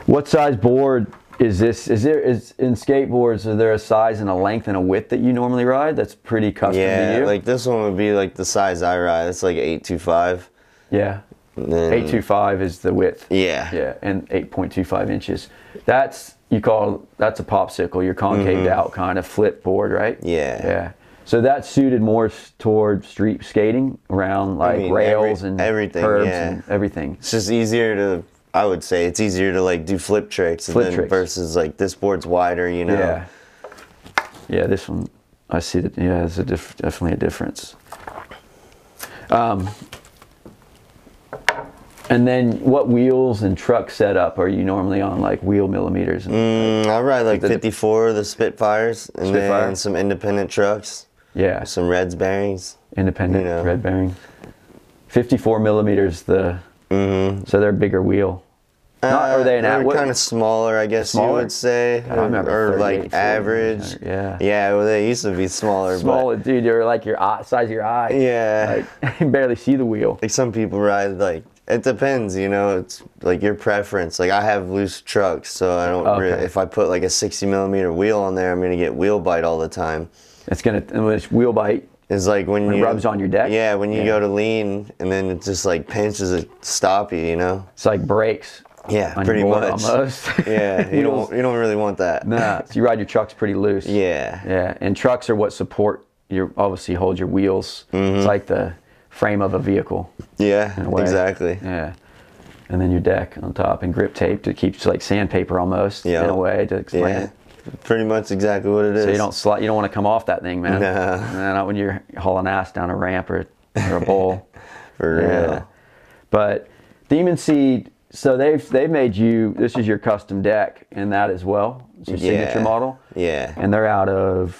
B: What size board is this? Is there is in skateboards? Are there a size and a length and a width that you normally ride? That's pretty custom to
C: Yeah,
B: you.
C: like this one would be like the size I ride. It's like eight two five.
B: yeah.
C: Mm.
B: Eight two five is the width.
C: Yeah.
B: Yeah, and eight point two five inches. That's you call that's a popsicle. You're concaved out kind of flip board, right?
C: Mm-hmm. Yeah.
B: Yeah. So that's suited more s- toward street skating around like
C: mean,
B: rails
C: every-
B: and
C: everything,
B: curbs
C: yeah.
B: and everything.
C: It's just easier to I would say it's easier to like do flip tricks
B: Flip
C: than
B: tricks.
C: versus like this board's wider, you know.
B: Yeah. Yeah, this one I see that yeah, there's a diff- definitely a difference. Um and then what wheels and truck setup are you normally on like wheel millimeters and
C: Mm, I ride like
B: the-
C: 54 of the Spitfires and
B: Spitfire?
C: then some independent trucks,
B: yeah,
C: some Reds bearings.
B: independent
C: you know.
B: red bearing. 54 millimeters the so they're bigger wheel. Not, are they an at-
C: Mm-hmm. Uh, they're
B: what-
C: kind of smaller, I guess
B: Smaller?
C: you would say,
B: I remember
C: or,
B: 38,
C: or like
B: 40,
C: average.
B: yeah.
C: Yeah. Well, they used to be smaller.
B: small, dude. You're like your eye, size of your eye.
C: But, yeah.
B: Like, you can barely see the wheel.
C: like some people ride like it depends you know it's like your preference like i have loose trucks so i don't
B: Oh, Okay.
C: really if i put like a 60 millimeter wheel on there i'm gonna get wheel bite all the time
B: It's gonna it's wheel bite.
C: it's like when,
B: it
C: you
B: rubs on your deck?
C: yeah when you
B: Yeah.
C: go to lean and then it just like pinches it stop you you know
B: It's like brakes.
C: yeah
B: on your
C: pretty
B: board
C: much
B: Almost.
C: yeah you
B: Wheels.
C: don't you don't really want that
B: Nah, so you ride your trucks pretty loose.
C: yeah
B: Yeah, and trucks are what support your obviously hold your wheels.
C: Mm-hmm.
B: It's like the frame of a vehicle.
C: yeah
B: way.
C: exactly
B: Yeah. And then your deck on top and grip tape to keep like sandpaper almost in
C: Yeah.
B: a way to
C: yeah,
B: explain it.
C: pretty much exactly what it is
B: So you don't slide, you don't want to come off that thing, man.
C: No.
B: Nah, not when you're hauling ass down a ramp or, or a bowl.
C: for real
B: Yeah. But Demon Seed, so they've they've made you this is your custom deck and that as well. It's your signature
C: Yeah.
B: model.
C: yeah
B: And they're out of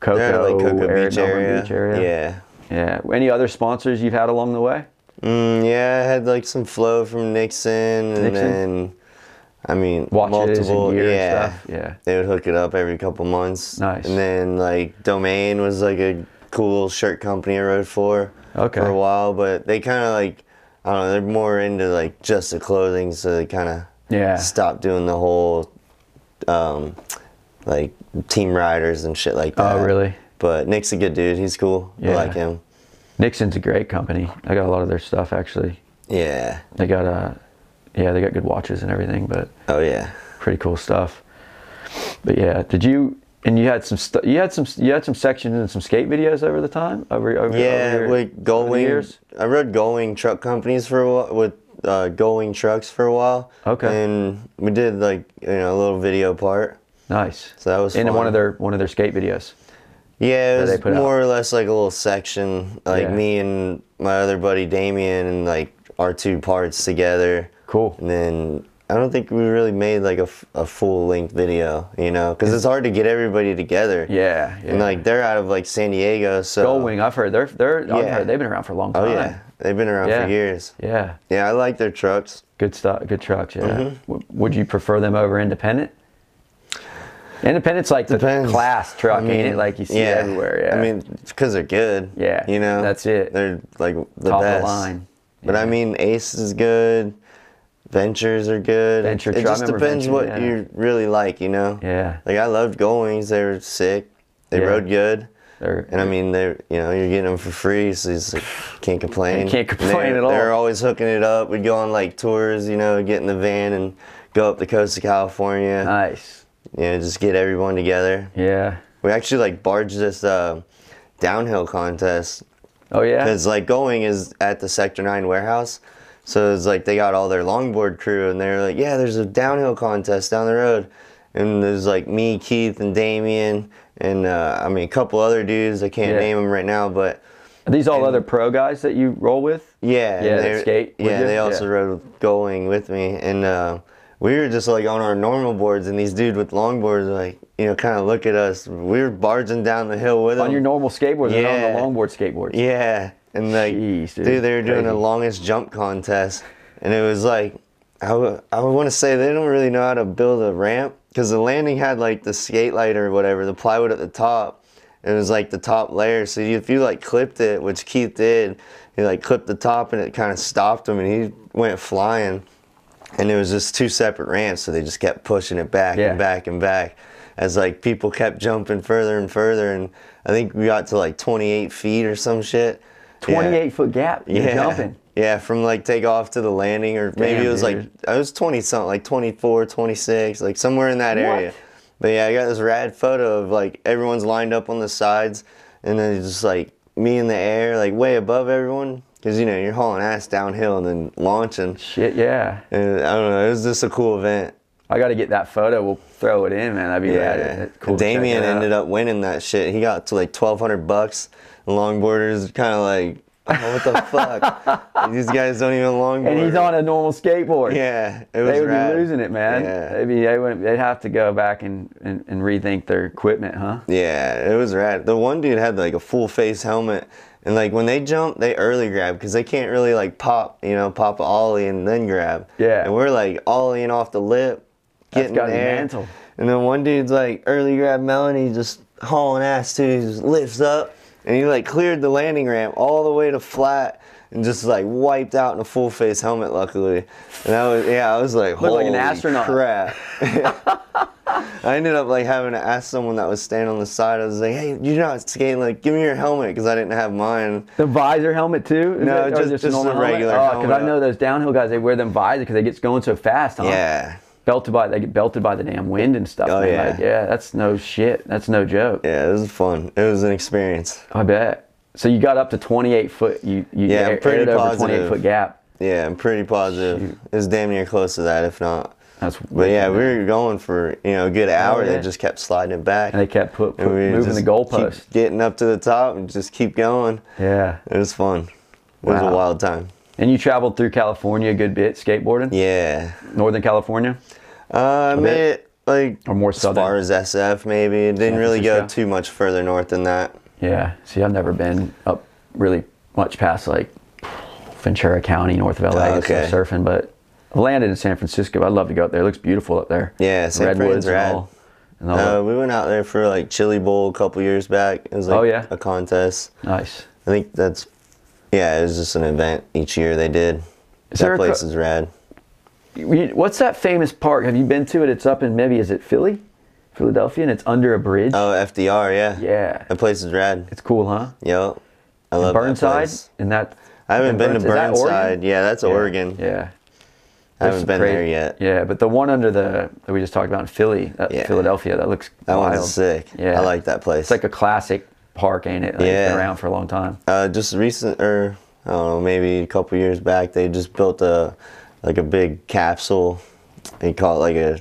B: Cocoa,
C: They're out of, like Cocoa
B: area,
C: Beach
B: Melbourne
C: area.
B: Beach area.
C: Yeah.
B: Yeah. Any other sponsors you've had along the way?
C: Mm, yeah, I had like some flow from Nixon, and
B: Nixon?
C: then I mean
B: Watches
C: multiple.
B: and gear
C: yeah,
B: and stuff. Yeah.
C: they would hook it up every couple months.
B: Nice.
C: And then like Domain was like a cool shirt company I rode for
B: Okay.
C: for a while, but they kind of like I don't know, they're more into like just the clothing, so they kind of
B: Yeah.
C: stopped doing the whole um, like team riders and shit like that.
B: Oh, really?
C: But Nick's a good dude. He's cool.
B: Yeah.
C: I like him.
B: Nixon's a great company. I got a lot of their stuff actually.
C: Yeah.
B: They got uh yeah, they got good watches and everything, but
C: Oh yeah.
B: pretty cool stuff. But yeah, did you and you had some stu you had some you had some sections and some skate videos over the time over over
C: Yeah,
B: over your-
C: like
B: over the
C: Gullwing.
B: years?
C: I rode Gullwing truck companies for a while with uh, Gullwing trucks for a while.
B: Okay.
C: And we did like you know a little video part.
B: Nice.
C: So that was
B: in one
C: fun.
B: of their one of their skate videos.
C: Yeah, it
B: they
C: was
B: put out.
C: more or less like a little section, like
B: Yeah.
C: me and my other buddy Damien, and like our two parts together.
B: Cool.
C: And then I don't think we really made like a, f- a full length video, you know, because it's hard to get everybody together.
B: Yeah, yeah.
C: And like they're out of like San Diego, so
B: Gullwing, I've heard they're they're I've
C: Yeah.
B: heard they've been around for a long time.
C: Oh yeah, they've been around
B: Yeah.
C: for years.
B: Yeah.
C: Yeah, I like their trucks.
B: Good stuff. Good trucks. Yeah.
C: Mm-hmm.
B: W- would you prefer them over independent? Independent's like the
C: Depends. Mm-hmm.
B: class truck, ain't it? Like you see
C: yeah.
B: everywhere. Yeah.
C: I mean, because they're good.
B: Yeah,
C: You know?
B: that's it.
C: They're like the
B: top
C: best.
B: of the line.
C: But I mean, Ace is good. Ventures are good.
B: Venture-
C: it
B: I
C: just
B: remember
C: depends
B: Venture,
C: what
B: yeah.
C: you really like, you know.
B: Yeah.
C: Like I loved goings. They were sick. They
B: Yeah.
C: rode good.
B: They're-
C: And I mean, they are you know you're getting them for free, so it's like can't complain.
B: You can't
C: And
B: complain
C: they're,
B: at all.
C: They're always hooking it up. We'd go on like tours, you know, get in the van and go up the coast of California.
B: nice.
C: you know, just get everyone together.
B: Yeah.
C: We actually like barged this uh, downhill contest
B: Oh yeah.
C: because like going is at the Sector Nine warehouse, so it's like they got all their longboard crew and they're like, yeah, there's a downhill contest down the road, and there's like me, Keith, and Damien, and uh, I mean a couple other dudes. I can't
B: Yeah.
C: name them right now, but
B: Are these all other pro guys that you roll with?
C: yeah, and
B: Yeah,
C: they-
B: they skate with
C: Yeah,
B: you?
C: they also
B: Yeah.
C: rode going with me, and uh, we were just like on our normal boards, and these dudes with longboards like you know kind of look at us. We were barging down the hill with them.
B: On your normal skateboards, and
C: Yeah.
B: on the longboard skateboards.
C: Yeah, and like,
B: Jeez, dude,
C: dude, they were doing the
B: crazy.
C: longest jump contest, and it was like, I want to say they don't really know how to build a ramp because the landing had like the skate light or whatever, the plywood at the top. and It was like the top layer, so you, if you like clipped it, which Keith did, he like clipped the top and it kind of stopped him, and he went flying. And it was just two separate ramps, so they just kept pushing it back
B: Yeah.
C: and back and back as like people kept jumping further and further. And I think we got to like 28 feet or some shit. Yeah.
B: 28 foot gap. You're
C: Yeah.
B: jumping.
C: Yeah, from like takeoff to the landing, or maybe
B: Damn,
C: it was
B: dude.
C: like, I was 20 something, like 24, 26, like somewhere in that area. But yeah, I got this rad photo of like everyone's lined up on the sides, and then it's just like me in the air, like way above everyone. Cause you know, you're hauling ass downhill and then launching.
B: Shit, yeah.
C: And I don't know, it was just a cool event.
B: I got to get that photo. We'll throw it in, man. That'd be
C: Yeah,
B: rad. Cool to check
C: Damien
B: it out.
C: ended up winning that shit. He got to like twelve hundred bucks. The longboarders kind of like, oh, what the fuck? These guys don't even longboard.
B: And he's on a normal skateboard.
C: Yeah, it was
B: They would
C: rad.
B: be losing it, man.
C: Yeah.
B: They'd, be, they would, they'd have to go back and, and, and rethink their equipment, huh?
C: Yeah, it was rad. The one dude had like a full face helmet, and like when they jump, they early grab because they can't really like pop, you know, pop a ollie and then grab.
B: Yeah.
C: And we're like ollieing off the lip, getting
B: gotta be
C: there.
B: mental.
C: And then one dude's like early grab Melanie, just hauling ass too. He just lifts up, and he like cleared the landing ramp all the way to flat. And just like wiped out in a full face helmet, luckily. And I was, yeah, I was like,
B: Looked
C: holy
B: like an astronaut.
C: crap. I ended up like having to ask someone that was standing on the side. I was like, "Hey, you're not skating. Like, give me your helmet," because I didn't have mine.
B: The visor helmet too? Is
C: No,
B: it- or
C: just-
B: a
C: just
B: normal
C: a
B: helmet?
C: regular
B: Oh, because I
C: helmet.
B: know those downhill guys, they wear them visor because they get going so fast, huh?
C: Yeah,
B: Belted by they get belted by the damn wind and stuff.
C: Oh,
B: man.
C: yeah.
B: Like, yeah, that's no shit. That's no joke.
C: yeah, it was fun. It was an experience.
B: I bet. So you got up to 28 foot. You you
C: Yeah, I'm
B: air-
C: pretty
B: aired over
C: positive.
B: 28 foot gap.
C: Yeah, I'm pretty positive. It was damn near close to that, if not.
B: That's
C: But yeah, we were going for you know a good hour.
B: yeah.
C: They just kept sliding it back.
B: and they kept put, put-
C: And we
B: moving the
C: just
B: goalpost.
C: keep getting up to the top, and just keep going.
B: Yeah.
C: It was fun. It was a
B: Wow.
C: wild time.
B: And you traveled through California a good bit skateboarding.
C: Yeah.
B: Northern California.
C: Uh, I made it like
B: Or more
C: as
B: southern.
C: far as SF maybe. It didn't really go
B: Francisco.
C: too much further north than that.
B: Yeah. See, I've never been up really much past like Ventura County, north of LA,
C: Oh,
B: and stuff
C: okay.
B: surfing. But I landed in San Francisco. I'd love to go up there. It looks beautiful up there.
C: Yeah, San Fran's
B: redwoods
C: rad.
B: and all. And all
C: Uh, we went out there for like Chili Bowl a couple years back. It was like
B: Oh, yeah?
C: a contest.
B: that. Nice.
C: I think that's yeah. It was just an event each year they did.
B: Is there
C: that
B: a co-
C: place is rad.
B: We- What's that famous park? Have you been to it? It's up in maybe is it Philly, Philadelphia, and it's under a bridge.
C: Oh, FDR, yeah.
B: Yeah.
C: That place is rad.
B: It's cool, huh?
C: Yep. I love that
B: Burnside
C: place.
B: and that.
C: I haven't
B: and
C: been to
B: Burns- is that Oregon?
C: Burnside. Yeah, that's Oregon.
B: Yeah.
C: I
B: There's
C: haven't
B: some
C: been
B: crazy-
C: there yet.
B: Yeah, but the one under the that we just talked about in Philly, that
C: Yeah.
B: Philadelphia, that looks
C: That
B: wild.
C: one's sick.
B: Yeah,
C: I like that place.
B: It's like a classic park, ain't it? Like, It's
C: Yeah.
B: been around for a long time.
C: Uh, just recent, or I don't know, maybe a couple years back, they just built a like a big capsule. They call it like a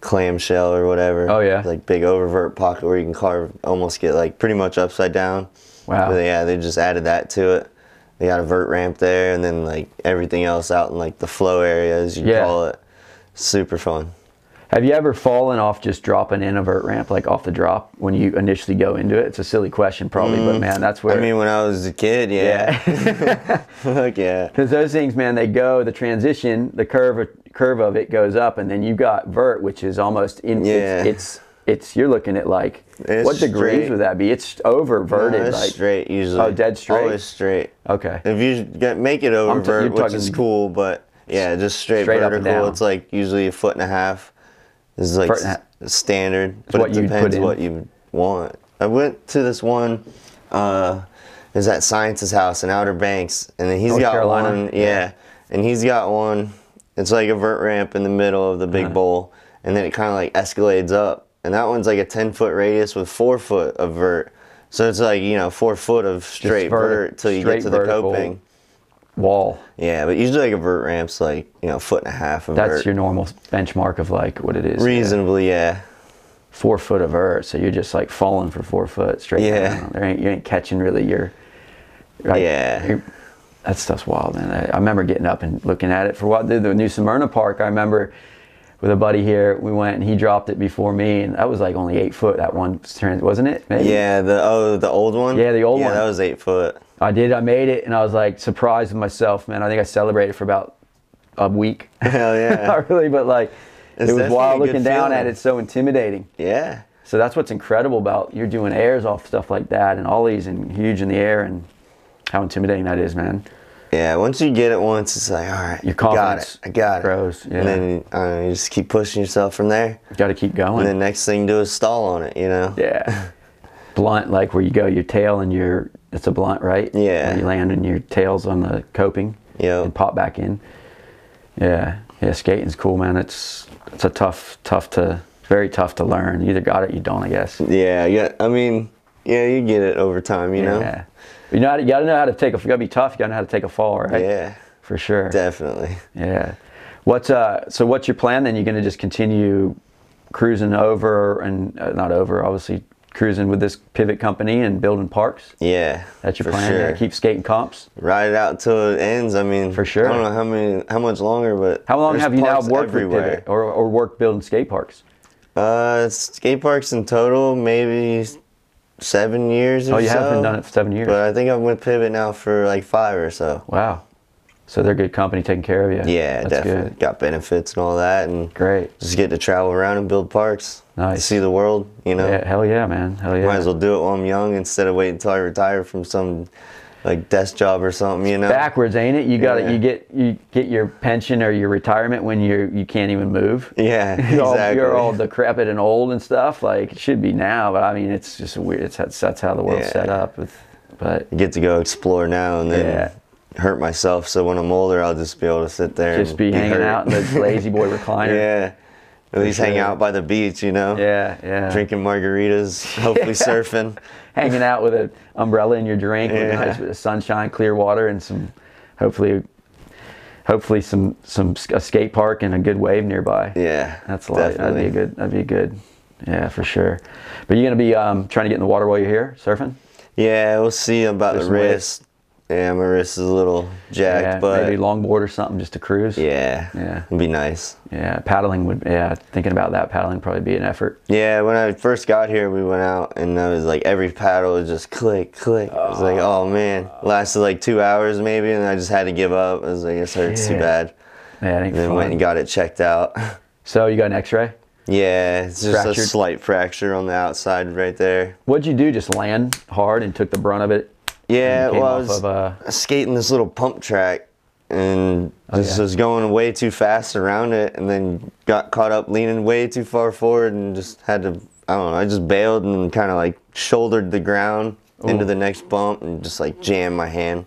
C: clamshell or whatever.
B: Oh, yeah.
C: Like big oververt pocket where you can carve, almost get like pretty much upside down.
B: Wow.
C: But yeah, they just added that to it. They got a vert ramp there, and then like everything else out in like the flow areas you
B: Yeah.
C: call it. Super fun.
B: Have you ever fallen off just dropping in a vert ramp, like off the drop when you initially go into it? It's a silly question, probably, but man, that's where.
C: Mm. I mean, when I was a kid, yeah. Fuck yeah.
B: Because those things, man, they go the transition, the curve curve of it goes up, and then you got vert, which is almost in
C: Yeah.
B: it's, it's it's you're looking at like
C: It's
B: what degrees
C: straight.
B: would that be? It's over verted,
C: No, it's
B: like
C: straight usually.
B: Oh, dead straight?
C: Always straight.
B: okay,
C: If you get, make it
B: I'm t-
C: over,
B: you're
C: which
B: talking-
C: is cool, but Yeah, just straight,
B: Straight up and
C: vertical.
B: down.
C: It's like usually a foot and a half is like
B: Foot and a half.
C: s- standard, but
B: what
C: it
B: you'd put
C: depends
B: in.
C: what you want. I went to this one. Uh, is at Science's house in Outer Banks, and then he's
B: North
C: got
B: Carolina?
C: one. Yeah, and he's got one. It's like a vert ramp in the middle of the
B: Uh-huh.
C: big bowl, and then it kind of like escalades up. And that one's like a ten foot radius with four foot of vert. So it's like you know four foot of straight
B: verti-
C: vert till you
B: straight
C: get to the
B: vertical.
C: coping.
B: Wall.
C: Yeah, but usually like a vert ramp's like you know foot and a half of
B: That's
C: vert.
B: your normal benchmark of like what it is.
C: Reasonably, yeah.
B: Four foot of vert, so you're just like falling for four foot straight.
C: Yeah.
B: down. There ain't, you ain't catching really your. Right?
C: Yeah.
B: your- that stuff's wild, man. I, I remember getting up and looking at it for what the, the new Smyrna Park. I remember with a buddy here, we went and he dropped it before me, and that was like only eight foot that one turn, wasn't it? Maybe.
C: Yeah, the oh the old one.
B: Yeah, the old one.
C: Yeah, that was eight foot.
B: I did. I made it, and I was like surprised with myself, man. I think I celebrated for about a week.
C: Hell yeah.
B: Not really, but like
C: It's
B: it was
C: definitely
B: wild
C: a good
B: looking down
C: feeling.
B: at it. It's so intimidating.
C: yeah.
B: So that's what's incredible about you're doing airs off stuff like that and ollies and huge in the air and how intimidating that is, man.
C: Yeah, once you get it once, it's like, all right,
B: Your
C: I got
B: confidence
C: it. I got it.
B: grows, yeah.
C: And then uh, you just keep pushing yourself from there.
B: You got to keep going.
C: And the next thing you do is stall on it, you know?
B: yeah. blunt, like where you go, your tail and your it's a blunt, right?
C: Yeah.
B: Where you land and your tail's on the coping.
C: Yep.
B: And pop back in. Yeah. Yeah, skating's cool, man. It's it's a tough, tough to very tough to learn. You either got it, or you don't, I guess.
C: Yeah, yeah. I mean, yeah, you get it over time, you know?
B: Yeah. You know, how to- you gotta know how to take a. You gotta be tough. You gotta know how to take a fall, right?
C: Yeah,
B: For sure.
C: definitely.
B: Yeah. What's uh? So what's your plan then? You're gonna just continue cruising over and uh, not over, obviously cruising with this pivot company and building parks.
C: Yeah.
B: That's your
C: for
B: plan. Yeah,
C: Sure.
B: keep skating comps.
C: Ride it out till it ends. I mean,
B: For sure.
C: I don't know how many, how much longer, but
B: How long
C: there's
B: have you now
C: parks
B: worked
C: everywhere.
B: with pivot or or worked building skate parks?
C: Uh, skate parks in total, maybe seven years or so.
B: Oh, you haven't done it for seven years.
C: But I think I've with Pivot now for like five or so.
B: wow. So they're a good company taking care of you.
C: Yeah,
B: That's
C: definitely.
B: Good.
C: Got benefits and all that, and
B: Great.
C: just get to travel around and build parks.
B: Nice.
C: See the world, you know?
B: Yeah, hell yeah, man. Hell yeah.
C: Might as well do it while I'm young instead of waiting until I retire from some like desk job or something, you know?
B: backwards, ain't it? You got to
C: Yeah.
B: You get you get your pension or your retirement when you you can't even move.
C: Yeah,
B: You're, all-
C: exactly.
B: you're all decrepit and old and stuff. Like it should be now, but I mean, it's just weird. It's that's, that's how the world's
C: Yeah.
B: set up. With, but
C: get to go explore now and then hurt myself. So when I'm older, I'll just be able to sit there
B: just
C: and
B: be hanging
C: hurt.
B: out in the lazy boy recliner.
C: yeah. At least hang
B: sure.
C: out by the beach, you know?
B: yeah, yeah.
C: Drinking margaritas, hopefully surfing.
B: Hanging out with an umbrella in your drink, with a
C: Yeah.
B: nice bit of sunshine, clear water, and some hopefully, hopefully some some s- a skate park and a good wave nearby.
C: Yeah.
B: That's a lot. That'd be a good. That'd be a good. Yeah, for sure. But you're gonna be um, trying to get in the water while you're here surfing.
C: Yeah, we'll see about
B: There's
C: the
B: some waves.
C: wrist. Yeah, my wrist is a little jacked,
B: yeah,
C: but
B: maybe longboard or something just to cruise.
C: yeah,
B: Yeah.
C: it'd be nice.
B: Yeah, paddling would. Yeah, thinking about that paddling would probably be an effort.
C: Yeah, when I first got here, we went out, and I was like, every paddle was just click, click. I was like, oh man, lasted like two hours maybe, and I just had to give up. I was like, this hurts too
B: Shit.
C: bad.
B: Yeah, it ain't
C: And then
B: fun.
C: went and got it checked out.
B: so you got an X-ray.
C: yeah, it's just a
B: Fractured?
C: slight fracture on the outside right there.
B: What'd you do? Just land hard and took the brunt of it.
C: Yeah,
B: And came
C: well, I
B: off
C: was
B: of uh, a-
C: skating this little pump track and just
B: Oh, yeah.
C: was going way too fast around it and then got caught up leaning way too far forward and just had to, I don't know, I just bailed and kind of like shouldered the ground into the next bump and just like jammed my hand.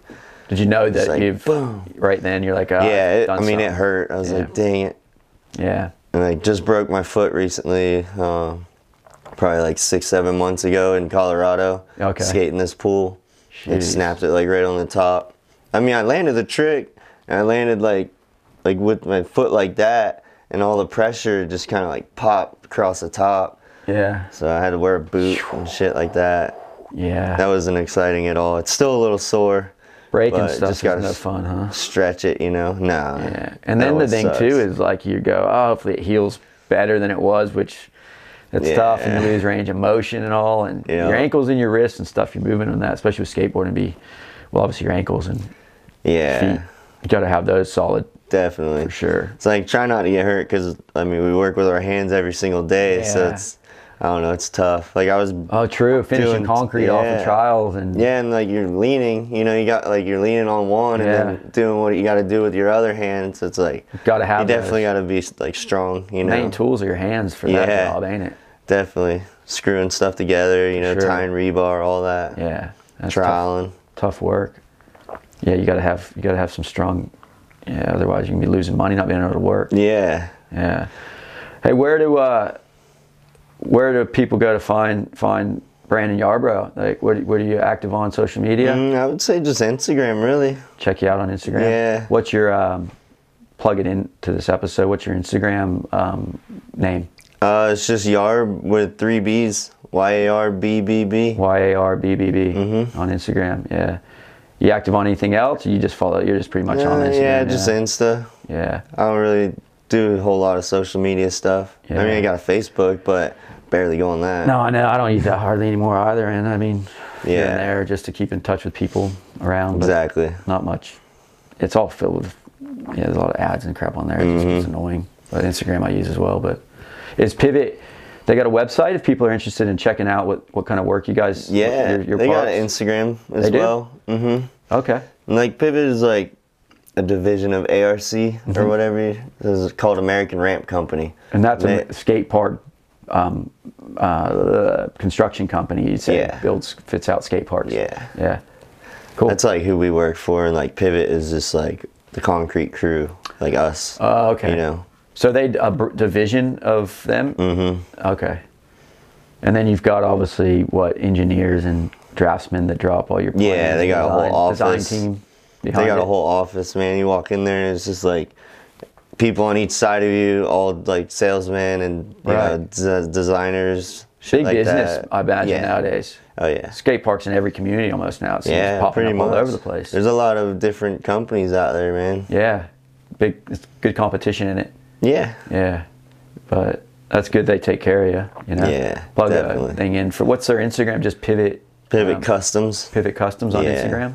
B: Did you know that
C: like,
B: you've
C: boom.
B: right then you're like, oh,
C: yeah,
B: I've
C: it, I
B: done
C: mean, it
B: something.
C: hurt. I was
B: Yeah.
C: like, dang it.
B: Yeah,
C: And I just broke my foot recently, uh, probably like six, seven months ago in Colorado.
B: Okay.
C: Skating this pool. Like
B: Jeez.
C: snapped it like right on the top. I mean, I landed the trick and I landed like like with my foot like that and all the pressure just kind of like popped across the top.
B: yeah,
C: So I had to wear a boot and shit like that.
B: yeah.
C: That wasn't exciting at all. It's still a little sore.
B: Breaking
C: but
B: stuff is
C: just gotta
B: no
C: s-
B: fun, huh?
C: Stretch it, you know? No.
B: Yeah. And then the thing too is like you go, oh, hopefully it heals better than it was, which that's tough and you
C: Yeah.
B: lose range of motion and all. And
C: Yeah.
B: your ankles and your wrists and stuff, you're moving on that, especially with skateboarding, be, well, obviously your ankles and feet.
C: Yeah,
B: You got to have those solid
C: definitely.
B: for sure.
C: It's like try not to get hurt because I mean we work with our hands every single day, so
B: Yeah.
C: it's I don't know. It's tough. Like I was.
B: Oh, true. Finishing
C: Doing-
B: concrete off of
C: yeah.
B: trials and
C: Yeah, and like you're leaning, you know, you got like you're leaning on one
B: Yeah.
C: and then doing what you got to do with your other hand. So it's like
B: Gotta have
C: you definitely
B: those.
C: got to be like strong, you know.
B: main tools are your hands for that
C: Yeah.
B: job, ain't it?
C: Definitely screwing stuff together, you know,
B: Sure.
C: tying rebar, all that,
B: Yeah, that's tough,
C: trialing.
B: tough work. Yeah, you gotta have you gotta have some strong. Yeah, otherwise you can be losing money, not being able to work.
C: Yeah.
B: Yeah. Hey, where do uh, where do people go to find find Brandon Yarbrough? Like, what what are you active on social media?
C: Mm, I would say just Instagram, really.
B: Check you out on Instagram.
C: Yeah.
B: What's your um, plug it in to this episode? What's your Instagram um, name?
C: Uh, it's just Yarb with three B's, Y A R B B B.
B: Y A R B B B
C: Mm-hmm.
B: on Instagram. Yeah. You active on anything else? Or you just follow. You're just pretty much on
C: Uh,
B: Instagram.
C: yeah, just Insta.
B: Yeah.
C: I don't really do a whole lot of social media stuff. I mean,
B: Yeah.
C: I got a Facebook, but barely go on that.
B: No, I know. I don't eat that hardly anymore either. And I mean, here
C: Yeah.
B: and there just to keep in touch with people around. but
C: Exactly.
B: Not much. It's all filled with, yeah, there's a lot of ads and crap on there. It just gets
C: Mm-hmm.
B: annoying. But Instagram I use as well. But it's Pivot. They got a website if people are interested in checking out what, what kind of work you guys, what-
C: Yeah,
B: your, your
C: they got
B: parts.
C: an Instagram as
B: They do?
C: well. Mm-hmm.
B: okay.
C: And like Pivot is like a division of ARC or whatever. you- This is called American Ramp Company.
B: Mm-hmm. And that's
C: They-
B: a skate park um, uh, construction company. You say
C: Yeah.
B: builds, fits out skate parks.
C: Yeah.
B: Yeah. Cool.
C: That's like who we work for, and like Pivot is just like the concrete crew, like us.
B: Oh, okay.
C: You know,
B: So they a br- division of them. Mm-hmm. Okay. And then you've got obviously what engineers and draftsmen that drop all your.
C: Yeah,
B: plans and
C: they got a whole
B: design,
C: office.
B: Design team.
C: they
B: behind
C: got a
B: it.
C: whole office, man. You walk in there, and it's just like people on each side of you, all like salesmen and you know,
B: Right.
C: des- designers. shit
B: big
C: like
B: business.
C: that.
B: I imagine
C: Yeah.
B: nowadays.
C: Oh yeah.
B: Skate parks in every community almost now. It seems
C: Yeah,
B: popping
C: pretty
B: up
C: much.
B: all over the place.
C: There's a lot of different companies out there, man.
B: yeah, big it's good competition in it.
C: Yeah.
B: Yeah, but that's good. They take care of you. You know.
C: Yeah,
B: Plug
C: definitely.
B: a thing in for what's their Instagram? Just pivot.
C: Pivot
B: um,
C: Customs.
B: Pivot Customs on
C: Yeah.
B: Instagram.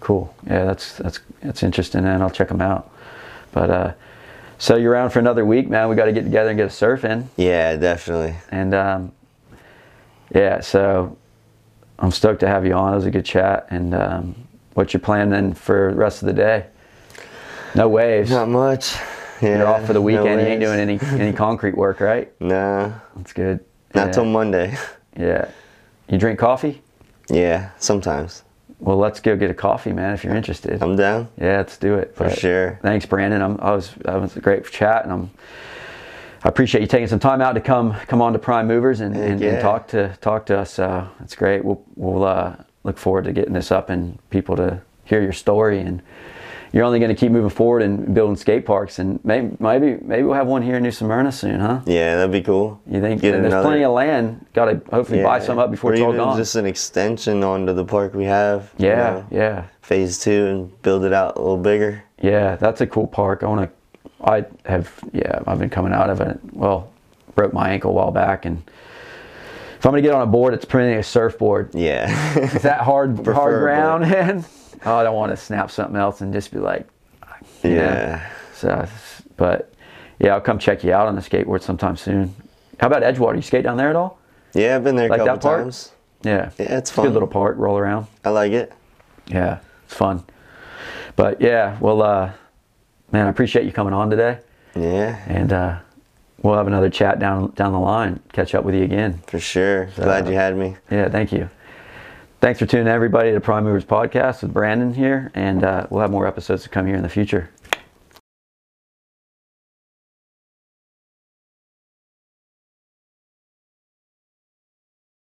B: Cool. Yeah, that's that's that's interesting, and I'll check them out. But uh, so you're around for another week, man. We got to get together and get a surf in,
C: Yeah, definitely.
B: and um, yeah. So I'm stoked to have you on. It was a good chat. And um, what's your plan then for the rest of the day? No waves.
C: Not much. Yeah,
B: you're off for the
C: no
B: weekend. you ain't
C: worries.
B: doing any any concrete work, right?
C: Nah,
B: That's good.
C: not
B: yeah.
C: till Monday.
B: yeah. You drink coffee?
C: Yeah, sometimes.
B: Well, let's go get a coffee, man. If you're interested.
C: I'm down.
B: Yeah, let's do it. For
C: Um, sure.
B: Thanks, Brandon. I'm, I was that was a great chat, and I'm I appreciate you taking some time out to come come on to Prime Movers and, and, and
C: yeah.
B: talk to talk to us. So it's great. We'll we'll uh, look forward to getting this up and people to hear your story and. You're only going to keep moving forward and building skate parks, and maybe maybe maybe we'll have one here in New Smyrna soon, huh?
C: Yeah, that'd be cool.
B: You think there's plenty of land. Got to hopefully buy
C: yeah.
B: some up before
C: or
B: it's all
C: even
B: gone.
C: Just an extension onto the park we have. you
B: yeah,
C: know,
B: yeah.
C: Phase two and build it out a little bigger.
B: Yeah, that's a cool park. I want to. I have. Yeah, I've been coming out of it. Well, broke my ankle a while back, and if I'm gonna get on a board, it's printing a surfboard.
C: Yeah.
B: Is that hard? hard
C: Preferably.
B: ground, man. Oh, I don't want to snap something else and just be like, you know.
C: yeah.
B: So, but yeah, I'll come check you out on the skateboard sometime soon. How about Edgewater? You skate down there at all?
C: Yeah, I've been there a
B: Like that
C: couple
B: park?
C: times.
B: Yeah.
C: Yeah, it's
B: a
C: fun.
B: Good little park. Roll around.
C: I like it.
B: Yeah, it's fun. But yeah, well, uh, man, I appreciate you coming on today.
C: Yeah,
B: and uh, we'll have another chat down down the line. Catch up with you again.
C: for sure. Glad you had me.
B: Yeah, thank you. Thanks for tuning in, everybody to Prime Movers Podcast with Brandon here, and uh, we'll have more episodes to come here in the future.